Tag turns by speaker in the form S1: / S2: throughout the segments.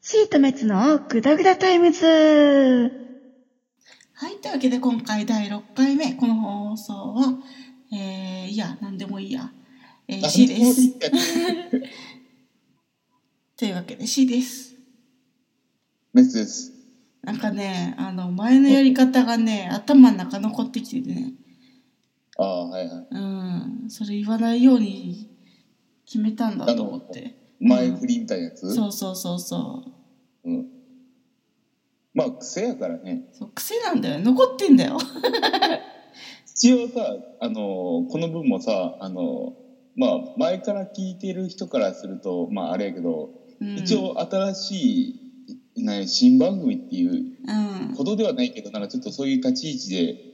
S1: シートメツのグダグダタイムズ
S2: はい、というわけで今回第6回目、この放送は、えー、いや、なんでもいいや、えー、C です。というわけで C です。
S3: メスです。
S2: なんかね、あの、前のやり方がね、頭の中残ってきててね、
S3: ああ、はいはい。
S2: うん、それ言わないように決めたんだと思って。
S3: 前
S2: うん
S3: 振りみたいなやつ、
S2: そうそうそうそう。
S3: うんまあ、癖やからね。
S2: そう癖なんだよ。残ってんだよ。
S3: 一応さ、あのーこの分もさ、あのーまあ、前から聞いてる人からすると、まあ、あれやけど、
S2: うん、
S3: 一。応新しい、ない新番組っていう
S2: うん。
S3: ほどではないけど、なんかちょっとそういう立ち位置で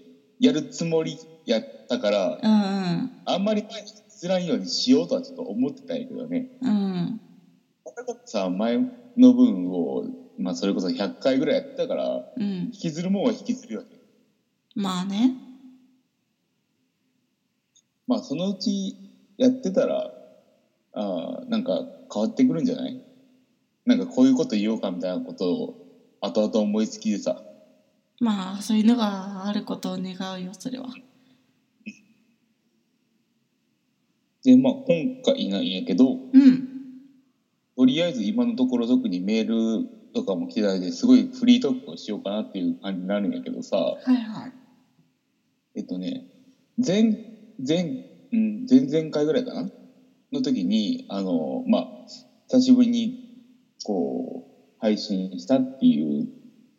S3: やるつもりやったから、
S2: うん
S3: あんまり前に出らんようにしようとはちょっと思ってたんやけどね。
S2: うん。うん。
S3: だからさ、前の分を、まあ、それこそ100回ぐらいやってたから、
S2: うん。
S3: 引きずるもんは引きずるよね。
S2: まあね。
S3: まあそのうちやってたらあーなんか変わってくるんじゃないなんかこういうこと言おうかみたいなことを後々思いつきでさ
S2: まあ、そういうのがあることを願うよ、それは。
S3: でまあ今回なんやけど
S2: うん。
S3: とりあえず今のところ特にメールとかも来てないですごいフリートークをしようかなっていう感じになるんやけどさ
S2: はいはい。
S3: えっとね前前、うん、前々回ぐらいかなの時にあのまあ久しぶりにこう配信したっていう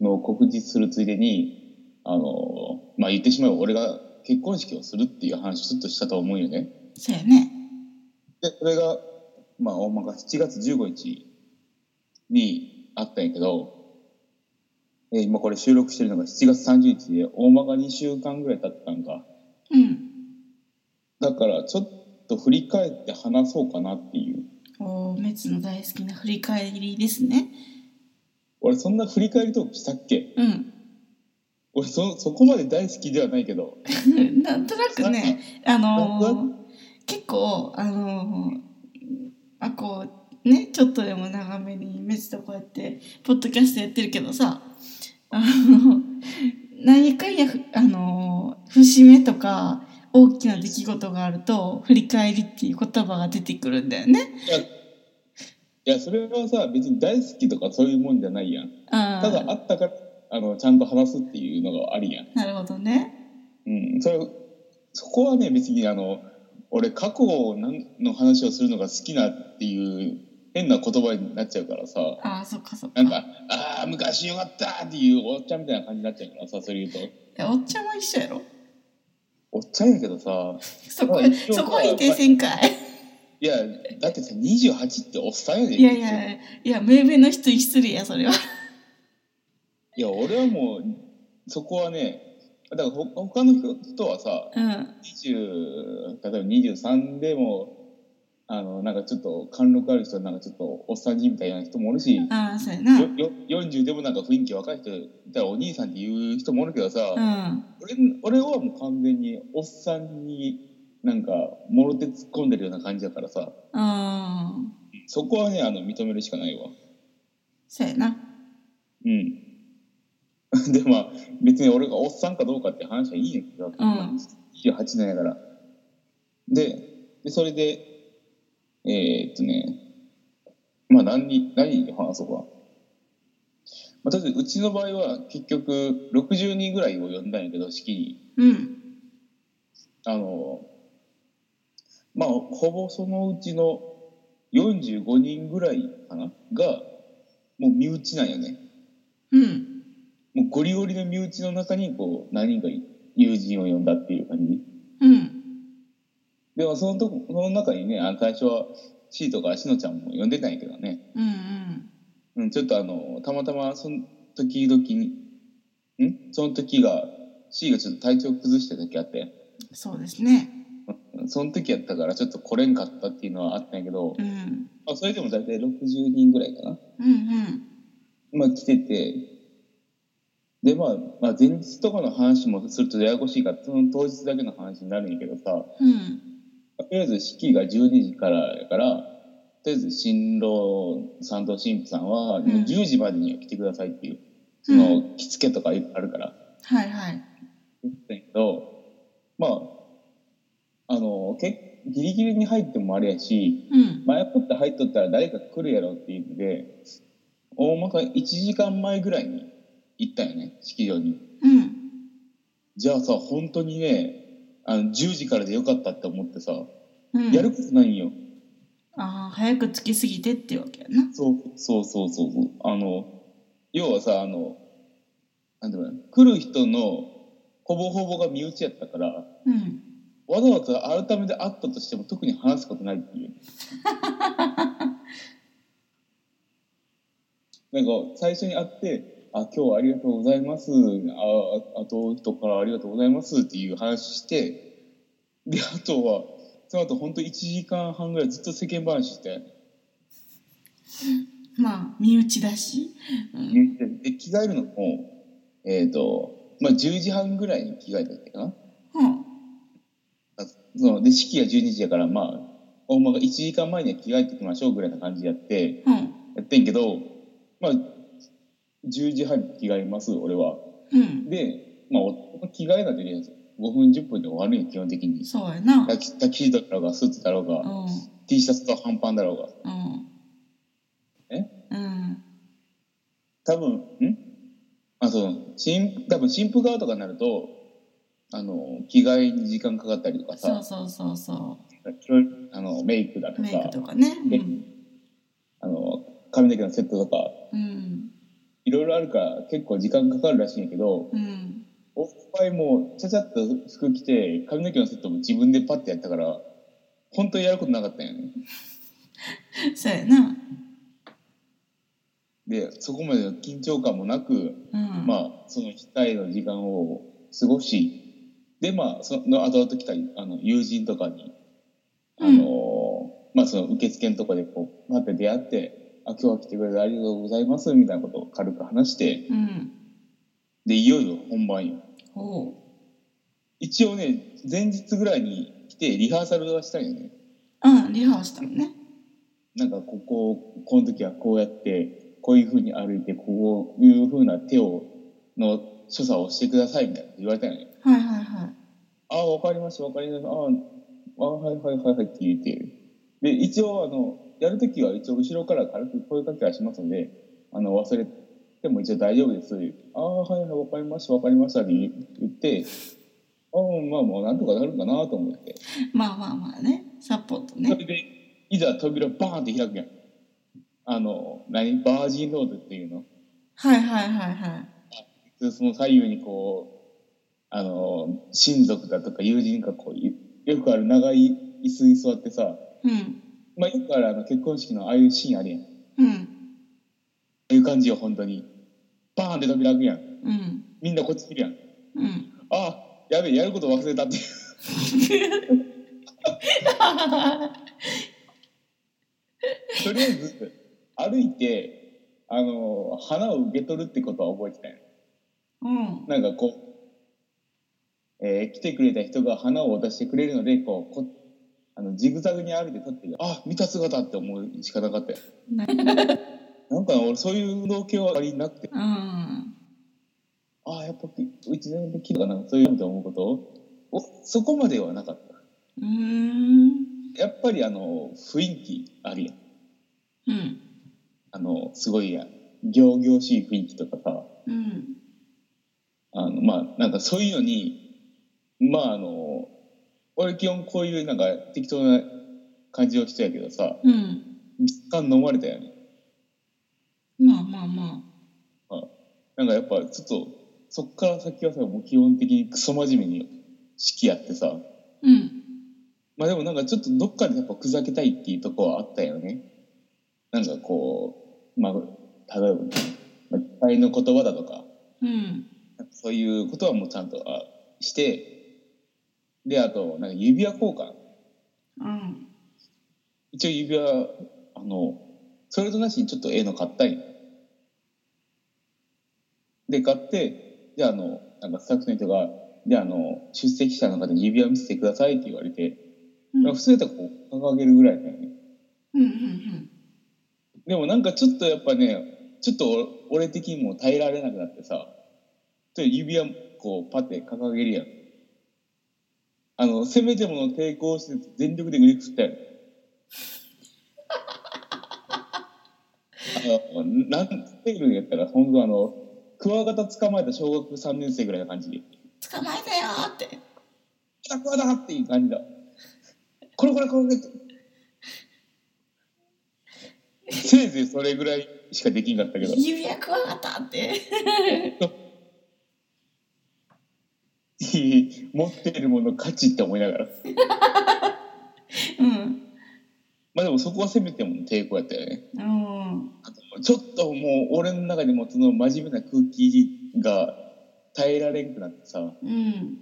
S3: のを告知するついでにあのまあ言ってしまえば俺が結婚式をするっていう話をちょっとしたと思うよね。
S2: そうやね。
S3: でそれがまあ大まか7月15日にあったんやけど、えー今これ収録してるのが7月30日で大まか2週間ぐらい経ったんか。
S2: うん。
S3: だからちょっと振り返って話そうかなっていう
S2: おー、メツの大好きな振り返りですね。
S3: 俺そんな振り返りトークしたっけ
S2: うん。
S3: 俺そそこまで大好きではないけど
S2: なんとなくね、あのー結構、あのーあ、こう、ね、ちょっとでも長めにメツとこうやって、ポッドキャストやってるけどさ、あの、何かや、あのー節目とか、大きな出来事があると、振り返りっていう言葉が出てくるんだよね。
S3: いやそれはさ別に大好きとかそういうもんじゃないやん
S2: あ
S3: ただあったからあのちゃんと話すっていうのがありやん、
S2: なるほどね。
S3: うん、それそこはね別にあの俺過去をなんの話をするのが好きなっていう変な言葉になっちゃうからさ
S2: ああ、そっかそっか。
S3: なんか「ああ昔よかった!」っていうおっちゃんみたいな感じになっちゃうからさそれ言うと
S2: いやおっちゃんも一緒やろ。
S3: おっちゃんやけどさ
S2: そこ
S3: まあ、一応
S2: そこは否定せんかい。
S3: いやだってさ28っておっさんやで
S2: いやいやいや、名弁の人に失礼や、それは。
S3: いや俺はもうそこはねだからほ他の人はさ
S2: うん。
S3: 20例えば23でもあのなんかちょっと貫禄ある人なんかちょっとおっさんじみたいな人もおるし、
S2: ああ、そうやな。う
S3: よよ40でもなんか雰囲気若い人いたらお兄さんっていう人もおるけどさ、
S2: ん。
S3: 俺俺はもう完全におっさんになんかもろ手突っ込んでるような感じだからさ
S2: うん。
S3: そこはねあの認めるしかないわ。
S2: そうやな。
S3: うん。で、まあ、別に俺がおっさんかどうかって話はいいんやけど、
S2: うん
S3: 28年やから。で、でそれで、えーっとね、まあ何に、何に話そうか。まあ、とりあえず、うちの場合は結局、60人ぐらいを呼んだんやけど、式に。
S2: うん。
S3: あの、まあ、ほぼそのうちの45人ぐらいかなが、もう身内なんよね。
S2: うん。
S3: もうゴリゴリの身内の中にこう何人か友人を呼んだっていう感じ
S2: うん。
S3: でもそのとこその中にねあの最初はシーとかしのちゃんも呼んでたんやけどね、
S2: うん。うん。
S3: うん、ちょっとあのたまたまその時々にんその時が C がちょっと体調崩してた時あって、
S2: そうですね。
S3: うんその時やったからちょっと来れんかったっていうのはあったんやけど
S2: う、ん。
S3: まあ、それでも大体60人ぐらいかな。
S2: うんうん。
S3: まあ来てて、でまあ、まあ前日とかの話もするとややこしいから、その当日だけの話になるんやけどさ、
S2: うん。
S3: とりあえず式が12時からやから、とりあえず新郎さんと新婦さんは、
S2: ん
S3: 10時までには来てくださいっていう、そうの、着付けとかあるから、
S2: はいはい。
S3: 言ったんやけど、まあ、あの、けギリギリに入ってもあれやし、
S2: うん。
S3: 前もって入っとったら誰か来るやろっていうんで、大まか1時間前ぐらいに行ったよね、式場に。
S2: うん。
S3: じゃあさ、本当にね、あの10時からでよかったって思ってさ、
S2: うん。
S3: やることないんよ。
S2: ああ、早く着きすぎてってわけやな。
S3: そうそうそうそうそう。あの、要はさ、あの、なんていうのかな来る人のほぼほぼが身内やったから、
S2: うん。
S3: わざわざ改めて会ったとしても特に話すことないっていう。なんか最初に会って、あ、今日はありがとうございます。あ、ああと人からありがとうございますっていう話して、で、あとは、その後本当1時間半ぐらいずっと世間話して、
S2: まあ、身内だし。うん。
S3: で着替えるのも、えっ、と、まあ、10時半ぐらいに着替えたっけかな。
S2: うん。
S3: あそので、式が12時やから、まあ、大間が1時間前には着替えてきましょうぐらいな感じでやって、
S2: うん。
S3: やってんけど、まあ、10時半に着替えます、俺は。
S2: うん。
S3: で、まあ、お着替えなんてね、5分、10分で終わるんよ、基本的に。
S2: そうやな。
S3: タキタキシードだろうが、スーツだろう
S2: う
S3: が、
S2: ん。
S3: T シャツと半パンだろうが。
S2: うん。
S3: え
S2: うん。
S3: 多分んあそう新多分新婦側とかになるとあの着替えに時間かかったりとか
S2: そうそ
S3: さ
S2: うそうそ
S3: いろいろあのメイクだ
S2: う。
S3: とか
S2: メイクとかね。
S3: で
S2: うん。
S3: あの髪の毛のセットとか
S2: うん。
S3: いろいろあるから結構時間かかるらしいんやけど
S2: うん。
S3: おっぱいもちゃちゃっと服着て髪の毛のセットも自分でパッてやったから本当にやることなかったんよね
S2: そうやな。
S3: でそこまでの緊張感もなく
S2: うん。あ。
S3: まあ、その機会の時間を過ごし、で、まあ、その後々来たあの友人とかに、あのまあ、その受付のとこでこう、待って出会って、あ、今日は来てくれてありがとうございます、みたいなことを軽く話して、
S2: うん。
S3: で、いよいよ本番よ。
S2: おう。
S3: 一応ね、前日ぐらいに来てリハーサルはしたんよね。
S2: うん。リハーしたのね。
S3: なんか、ここ、この時はこうやって、こういう風に歩いて、こういう風な手を、の所作をしてください、みたいなこと言われたんよね。
S2: はいはいはい。
S3: ああ、わかりました、わかりました。ああ、あはいはいはいはいって言って。で、一応、あの、やるときは一応後ろから軽く声かけはしますので、あの、忘れても一応大丈夫です。ああ、はいはい、わかりました、わかりましたって言って、ああ、まあもうなんとかなるかなと思って。
S2: まあまあまあね。サポート
S3: そ
S2: ね。
S3: れで、いざ扉バーンって開くやん。あの、何バージンロードっていうの
S2: はいはいはいはい。
S3: でその左右にこう、あの、親族だとか友人がこう、いよくある長い椅子に座ってさ、
S2: うん。
S3: まあ、よくあるあの結婚式のああいうシーンあるやん。あ
S2: うん。
S3: あいう感じよ、本当に。バーンって扉開くやん。
S2: うん。
S3: みんなこっち見るやん。
S2: うん。
S3: ああ、やべえ、やること忘れたって。 とりあえず、歩いて、あの、花を受け取るってことは覚えてたよ。
S2: うん。
S3: なんかこう、えー来てくれた人が花を渡してくれるので、こう、こあのジグザグに歩いて立ってる。あ、見た姿って思うしかなかったよ。
S2: な
S3: なんか俺そういう動機はあまりなくて、
S2: うん。
S3: あ、やっぱうちのできるかな、そういうのと思うことを、そこまではなかっ
S2: うーん。
S3: た。やっぱりあの、雰囲気あるやん。
S2: うん。
S3: あの、すごいやん。行々しい雰囲気とかさ、
S2: うん。
S3: あの、まあ、なんかそういうのに、まああの、俺基本こういうなんか適当な感じをしてやけどさ、
S2: うん。
S3: 実感飲まれたよね。
S2: まあまあま
S3: なんかやっぱちょっと、そっから先はさ、もう基本的にクソ真面目に式やってさ、
S2: あ。うん。
S3: まあでもなんかちょっとどっかでやっぱ砕けたいっていうとこはあったよね。なんかこう、まあ、例えば、まあ、いっぱいの言葉だとか、
S2: うん。
S3: そういうことはもうちゃんとあして、で、あと、なんか指輪交換。
S2: うん。
S3: 一応指輪、あの、それとなしにちょっとええの買ったんよで、買って、じゃあ、あの、なんかスタッフの人が、じゃあ、あの、出席者の方に指輪見せてくださいって言われて、
S2: うん。う
S3: 普通だったらこう、掲げるぐらいだよね。
S2: ん。うん。
S3: でもなんかちょっとやっぱね、ちょっと俺的にも耐えられなくなってさ、ちょっと指輪こうパって掲げるやん。あの、せめてもの抵抗して全力で腕振ったやん。あの、なんていうんやったら、ほんとあの、クワガタ捕まえた小学3年生ぐらいな感じで、
S2: 捕まえたよーって。
S3: 来たクワだっていう感じだ。これこれこれこれ。せいぜいそれぐらいしかできんかったけど。
S2: 指輪クワガタって。
S3: 持ってるもの価値って思いながら
S2: うん。
S3: まあでもそこはせめても抵抗やったよね
S2: うん。
S3: ちょっともう俺の中でもその真面目な空気が耐えられんくなってさ
S2: うん。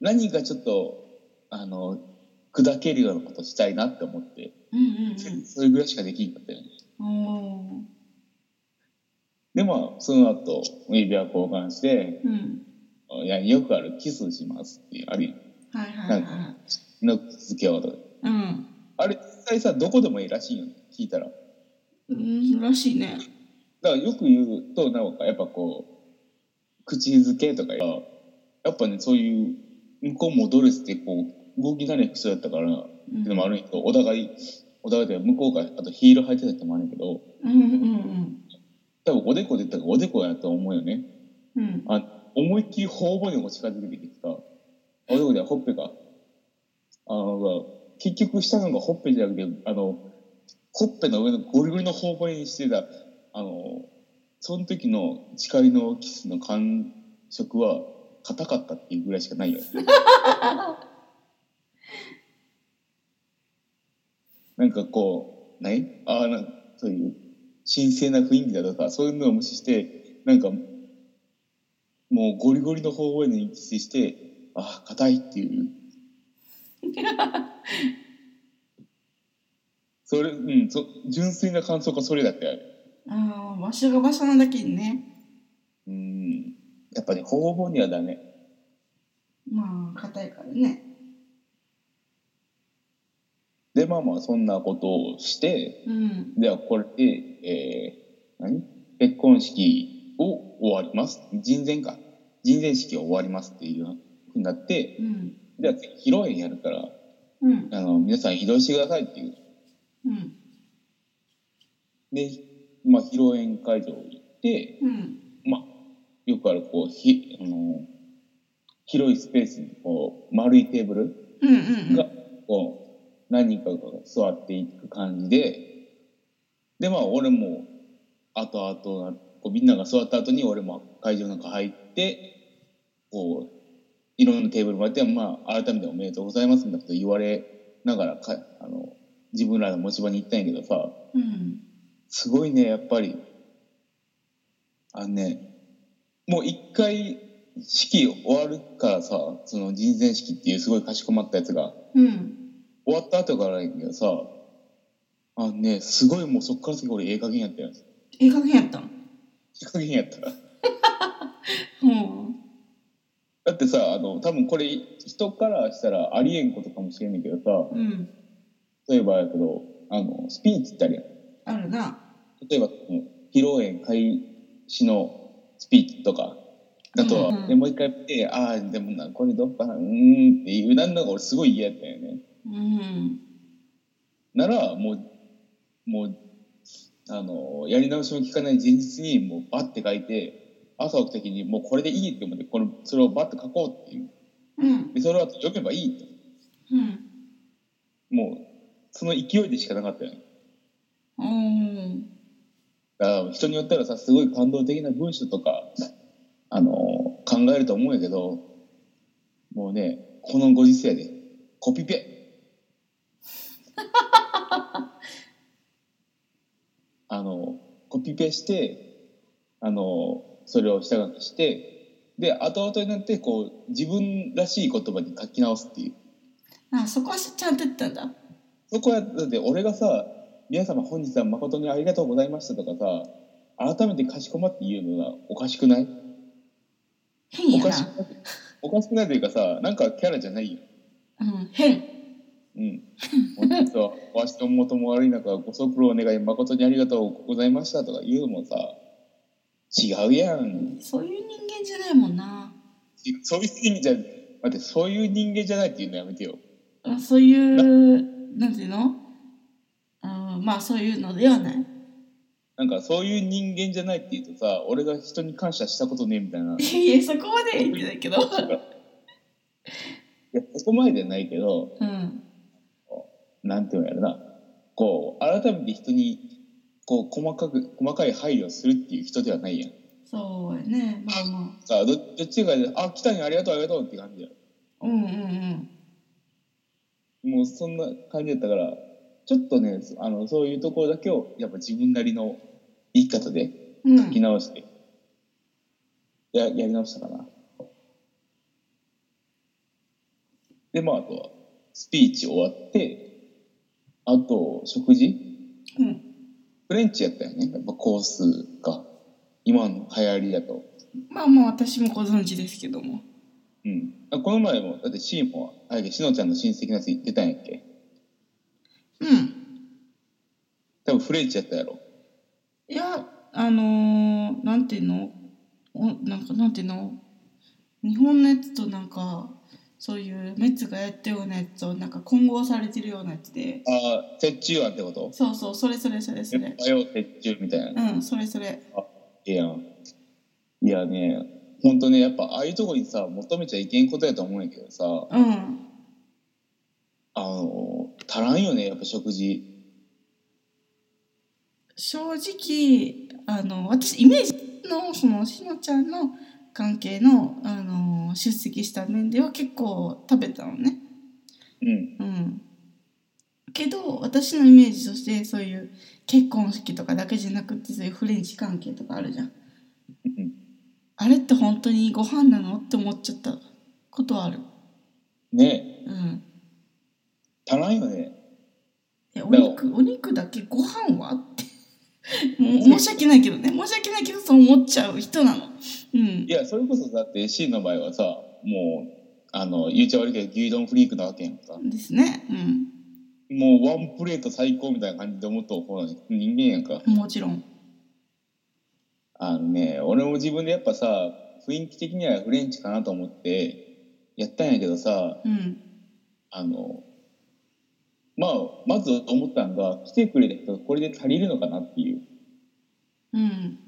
S3: 何かちょっとあの砕けるようなことしたいなって思って、
S2: うん。
S3: それぐらいしかできんかったよね
S2: うん。おー
S3: でまあその後指輪交換して
S2: うん。
S3: いやよくあるキスしますっていうあり
S2: はいはいは
S3: の続けようと
S2: い。うん。
S3: あれ実際さどこでもいいらしいよね聞いたら
S2: うん。らしいね。
S3: だからよく言うとなんかやっぱこう口づけとかやっぱねそういう向こうもドレスでこう動き慣れない人だったからって
S2: うん。
S3: いうのもあるんやけどお互いお互いで向こうがあとヒール履いてたってのもあるんやけど
S2: うんうん
S3: 多分おでこで言ったからおでこやと思うよね
S2: うん。うん。
S3: あ思いっきり頬骨も近づけてきたおでこではほっぺかあの結局下のがほっぺじゃなくてあのほっぺの上のゴリゴリの頬骨にしてたあのその時の誓いのキスの感触は硬かったっていうぐらいしかないよなんかこうないああなんかそういう神聖な雰囲気だとかそういうのを無視してなんかもうゴリゴリの頬骨にキスしてああ硬いっていうそれうんそ純粋な感想がそれだってある
S2: ああ、場所が場所なだけにね。
S3: うんやっぱね頬骨にはダメ
S2: まあ、硬いからね。
S3: でまあまあそんなことをして
S2: うん。
S3: ではこれで、えー何結婚式を終わります人前か人前式を終わりますっていうふうになって
S2: うん。
S3: では次披露宴やるから
S2: うん。
S3: あの皆さん移動してくださいっていう
S2: うん。
S3: で、まあ、披露宴会場行って
S2: うん。
S3: まあよくあるこうひあの広いスペースにこう丸いテーブル
S2: うん。うん。
S3: がこう何人かが座っていく感じででまあ俺も後々なこうみんなが座った後に俺も会場なんか入ってこういろんなテーブルもあって、まあ、改めておめでとうございますみたいなこと言われながらかあの自分らの持ち場に行ったんやけどさ
S2: うん。
S3: すごいねやっぱりあのねもう一回式終わるからさその人前式っていうすごいかしこまったやつが。
S2: うん。
S3: 終わった後からやけどさあのねすごいもうそっから先俺ええ加減やったよえ
S2: ええ加減やったん。
S3: え加減やった
S2: うん。
S3: だってさあの多分これ人からしたらありえんことかもしれんねんけどさ
S2: うん。
S3: 例えばやけどあのスピーチってあるやん
S2: あるな。
S3: 例えばその披露宴開始のスピーチとかだとは、
S2: うんうん
S3: でもう一回見てああでもなこれどっかなうーんっていうなんだか俺すごい嫌やったよね
S2: うん。
S3: ならもうもうあのやり直しも聞かない前日にもうバッて書いて朝起きた時にもうこれでいいって思ってこれそれをバッて書こうっていう
S2: うん。
S3: でそれを読めばいいって
S2: うん。
S3: もうその勢いでしかなかったよね
S2: うん。
S3: だから人によったらさすごい感動的な文章とかあの考えると思うんやけどもうねこのご時世でコピペあのコピペしてあのそれを下書きしてで後々になってこう自分らしい言葉に書き直すっていう
S2: あそこはちゃんと言ったんだ
S3: そこはだって俺がさ「皆様本日は誠にありがとうございました」とかさ改めてかしこまって言うのはおかしくない
S2: 変
S3: お
S2: や
S3: かしく
S2: な、
S3: ないおかしくないというかさなんかキャラじゃないよ
S2: うん、変
S3: うん。本日は、わしともとも悪い中、ご足労お願い、誠にありがとうございましたとか言うのもさ、違うやん。
S2: そういう人間じゃないもんな
S3: そういう意味じゃ、待って、そういう人間じゃないっていうのやめてよ。
S2: あそういうなんていうのあまあそういうのではない
S3: なんか、そういう人間じゃないって言うとさ、俺が人に感謝したことねえみたいな。い
S2: いやいやそこまで言ってないけど
S3: や、そこまでじゃ ないけど、
S2: うん
S3: なんていうのやろな。こう、改めて人に、こう、細かく、細かい配慮をするっていう人ではないやん。
S2: そうやねまあま
S3: さあ、どどっちが、あ、来たにありがとう、ありがとうって感じや
S2: あうんうんうん
S3: もうそんな感じだったから、ちょっとね、あの、そういうところだけを、やっぱ自分なりの言い方で
S2: うん
S3: 書き直して、や、やり直したかな。で、まあ、あとは、スピーチ終わって、あと、食事
S2: うん
S3: フレンチやったよね。やっぱコースが、今の流行りだと。
S2: まあまあ私もご存知ですけども
S3: うん。この前も、だってシーンも、あれでしのちゃんの親戚のやつ行ってたんやっけ
S2: うん
S3: 多分フレンチやったやろ。
S2: いやあのー、なんていうのおなんかなんていうの日本のやつとなんかそういうメッツがやってるようなやつとなんか混合されてるようなやつで
S3: ああ、折衷案ってこと
S2: そうそうそれそれそれそれ
S3: おはよう鉄柱みたいな。
S2: うんそれそれ
S3: いやん。いやね、ほんとね、やっぱああいうとこにさ、求めちゃいけんことやと思うんやけどさ、
S2: うん
S3: あの、足らんよね、やっぱ食事。
S2: 正直あの私イメージのそのしのちゃんの関係のあの出席した面では結構食べたのね。
S3: うん。
S2: うん、けど私のイメージとしてそういう結婚式とかだけじゃなくてそういうフレンチ関係とかあるじゃん。
S3: うん
S2: あれって本当にご飯なのって思っちゃったことはある。
S3: ね
S2: うん、
S3: 足らんよね。
S2: えお肉お肉だけご飯は ってもう申し訳ないけどね申し訳ないけどそう思っちゃう人なの。うん
S3: い、や、それこそだって、シンの場合はさ、もう、あの、言っちゃ悪いけど、牛丼フリークなわけやんか。
S2: ですね。うん
S3: もう、ワンプレート最高みたいな感じで思っとう方の人間やんか。
S2: もちろん。
S3: あのね、俺も自分でやっぱさ、雰囲気的にはフレンチかなと思って、やったんやけどさ、
S2: うん。
S3: あの、まあ、まず思ったのが、来てくれた人がこれで足りるのかなっていう。
S2: うん。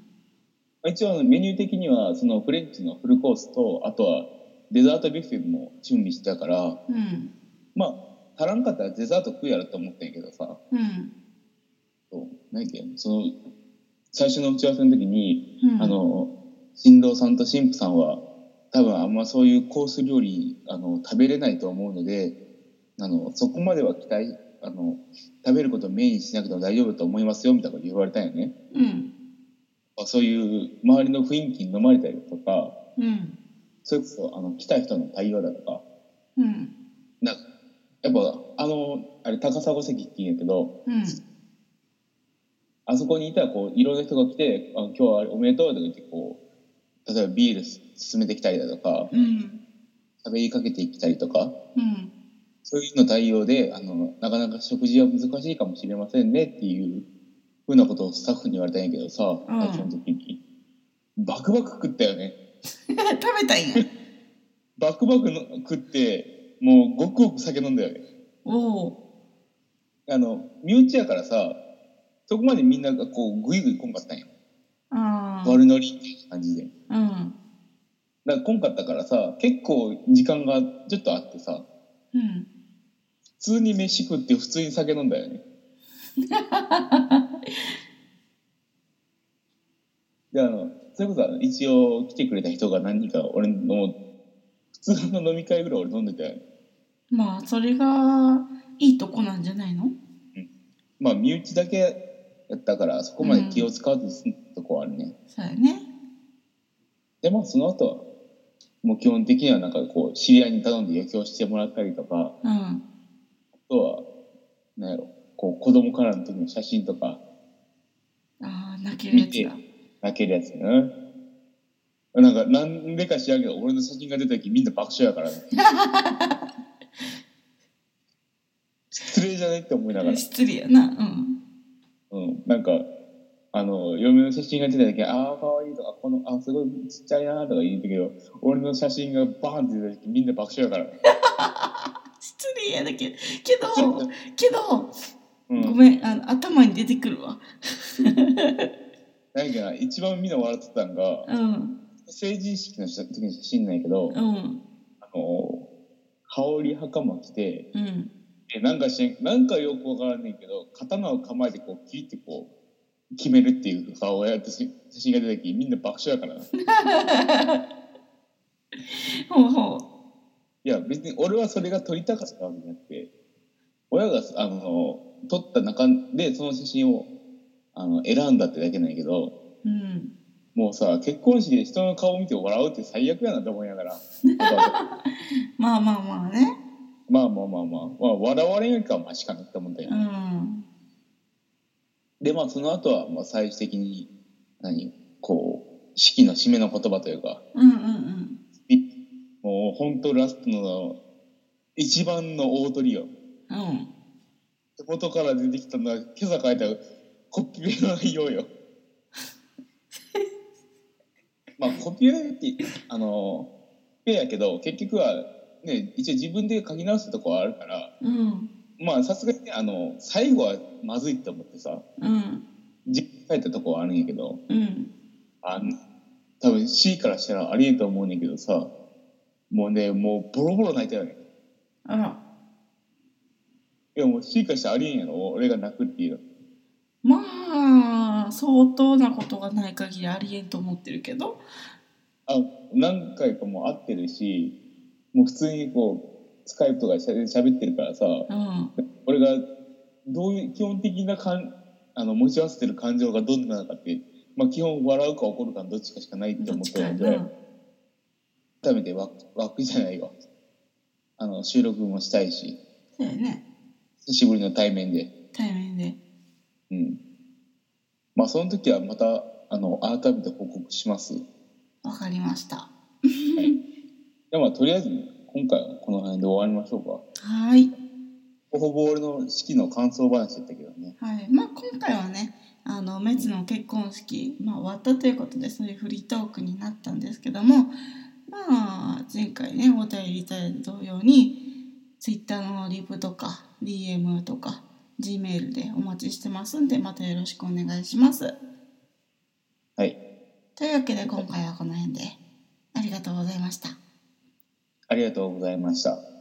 S3: まあ、一応、メニュー的には、そのフレンチのフルコースと、あとはデザートビュッフェも準備してたから、
S2: うん。
S3: まあ、足らんかったらデザート食うやろと思ったんやけどさ、
S2: うん。
S3: そう何やっけその、最初の打ち合わせの時に、
S2: うん。
S3: あ、の、新郎さんと新婦さんは、多分あんまそういうコース料理、あの、食べれないと思うので、あの、そこまでは期待、あの、食べることをメインにしなくても大丈夫だと思いますよ、みたいなこと言われたんよね。
S2: うん。
S3: まあそういう周りの雰囲気に飲まれたりとか、
S2: うん。
S3: それこそ、あの、来た人の対応だとか、
S2: うん。
S3: なんか、やっぱ、あの、あれ、高砂席って言うんやけど、
S2: うん。
S3: あそこにいたら、こう、いろんな人が来て、あ今日はおめでとうとか言って、こう、例えばビール進めてきたりだとか、
S2: うん。
S3: 喋りかけてきたりとか、
S2: うん。
S3: そういうの対応で、あの、なかなか食事は難しいかもしれませんねっていうふうなことをスタッフに言われたんやけどさ、
S2: うん
S3: 最初の時に。バクバク食ったよね。
S2: 食べたんや。
S3: バクバクの食って、もうごくごく酒飲んだよね。
S2: おお。
S3: あの、身内やからさ、そこまでみんながこう、ぐいぐいこんかったんや。
S2: ああ。
S3: 悪ノリっていう感じで。
S2: うん。
S3: だからこんかったからさ、結構時間がちょっとあってさ、
S2: うん。
S3: 普通に飯食って普通に酒飲んだよね。で、あの、それこそあの一応来てくれた人が何人か俺の、普通の飲み会ぐらい俺飲んでたよね。
S2: まあ、それがいいとこなんじゃないの
S3: まあ身内だけやったからそこまで気を使わずに済んだとこはあるね。
S2: そうやね。
S3: で、まあその後は、もう基本的にはなんかこう、知り合いに頼んで余興してもらったりとか、
S2: うん。
S3: あとは、なんやろ、こう、子供からの時の写真とか、
S2: ああ、泣けるやつだ。
S3: 泣けるやつだな。なんか、なんでか知らんけど、俺の写真が出た時みんな爆笑やからね。失礼じゃないって思いながら。
S2: 失礼やな。うん。
S3: うん。なんか、あの、嫁の写真が出た時、ああ、かわいいとか、この、あすごいちっちゃいなとか言うんだけど、俺の写真がバーンって出た時みんな爆笑やから。
S2: 失礼やだけど、け ど、けど、
S3: う
S2: ご
S3: ん。
S2: めん、あの頭に出てくるわ。
S3: なんか、一番みんな笑ってたんが、
S2: うん。
S3: 成人式の時の写真なんやけど、
S2: うん。
S3: あの、羽織袴着て、
S2: うん。
S3: えなんかしなんかよくわからんねんけど刀を構えてこうキリってこう決めるっていう顔をやってし写真が出た時みんな爆笑やからない
S2: ほうほ
S3: や別に俺はそれが撮りたかったわけじゃなくて親があの撮った中でその写真をあの選んだってだけなんやけど
S2: う。うん。
S3: もうさ結婚式で人の顔を見て笑うって最悪やなと思いながら
S2: まあまあまあね。
S3: まあまあまあまあ、まあ、笑われんよりかはマシかなって思ったよ、
S2: うん。
S3: でまあその後はまあ最終的に何こう式の締めの言葉というか
S2: うんうんうん。
S3: もう本当ラストの一番の大鳥よ
S2: うん。
S3: 手元から出てきたのは今朝書いたコピペの内容よ まあコピペってあのペやけど結局はね一応自分で書き直すとこはあるから
S2: うん。
S3: まあさすがにねあの最後はまずいって思ってさ
S2: うん。
S3: 自分で書いたとこはあるんやけど
S2: うん。
S3: あの多分 C からしたらありえんと思うねんけどさもうねもうボロボロ泣いたよね
S2: あら。
S3: いやもう C からしたらありえんやろ俺が泣くっていうの
S2: まあ、相当なことがない限りありえんと思ってるけど。
S3: あ何回かもう会ってるしもう普通にこうスカイプとかでしゃ喋ってるからさ
S2: うん。
S3: 俺がどういう基本的なかんあの持ち合わせてる感情がどんなのかって、まあ、基本笑うか怒るかのどっちかしかないって
S2: どっ
S3: 思っ
S2: ち
S3: て
S2: かや
S3: るので
S2: な。
S3: 改めて枠枠じゃないわあの収録もしたいし
S2: そうやね。
S3: 久しぶりの対面で
S2: 対面で。
S3: うんまあその時はまたあの改めて報告します
S2: わかりました。
S3: でもとりあえず今回はこの辺で終わりましょうか
S2: はい。
S3: ほぼほぼ俺の式の感想話だったけどね。
S2: はい。まあ、今回はね、あの、メツの結婚式、まあ、終わったということで、そういうフリートークになったんですけども、まあ、前回ね、お便りいただいた同様に、Twitter のリプとか、DM とか、Gmail でお待ちしてますんで、またよろしくお願いします。
S3: はい。
S2: というわけで今回はこの辺でありがとうございました。
S3: ありがとうございました。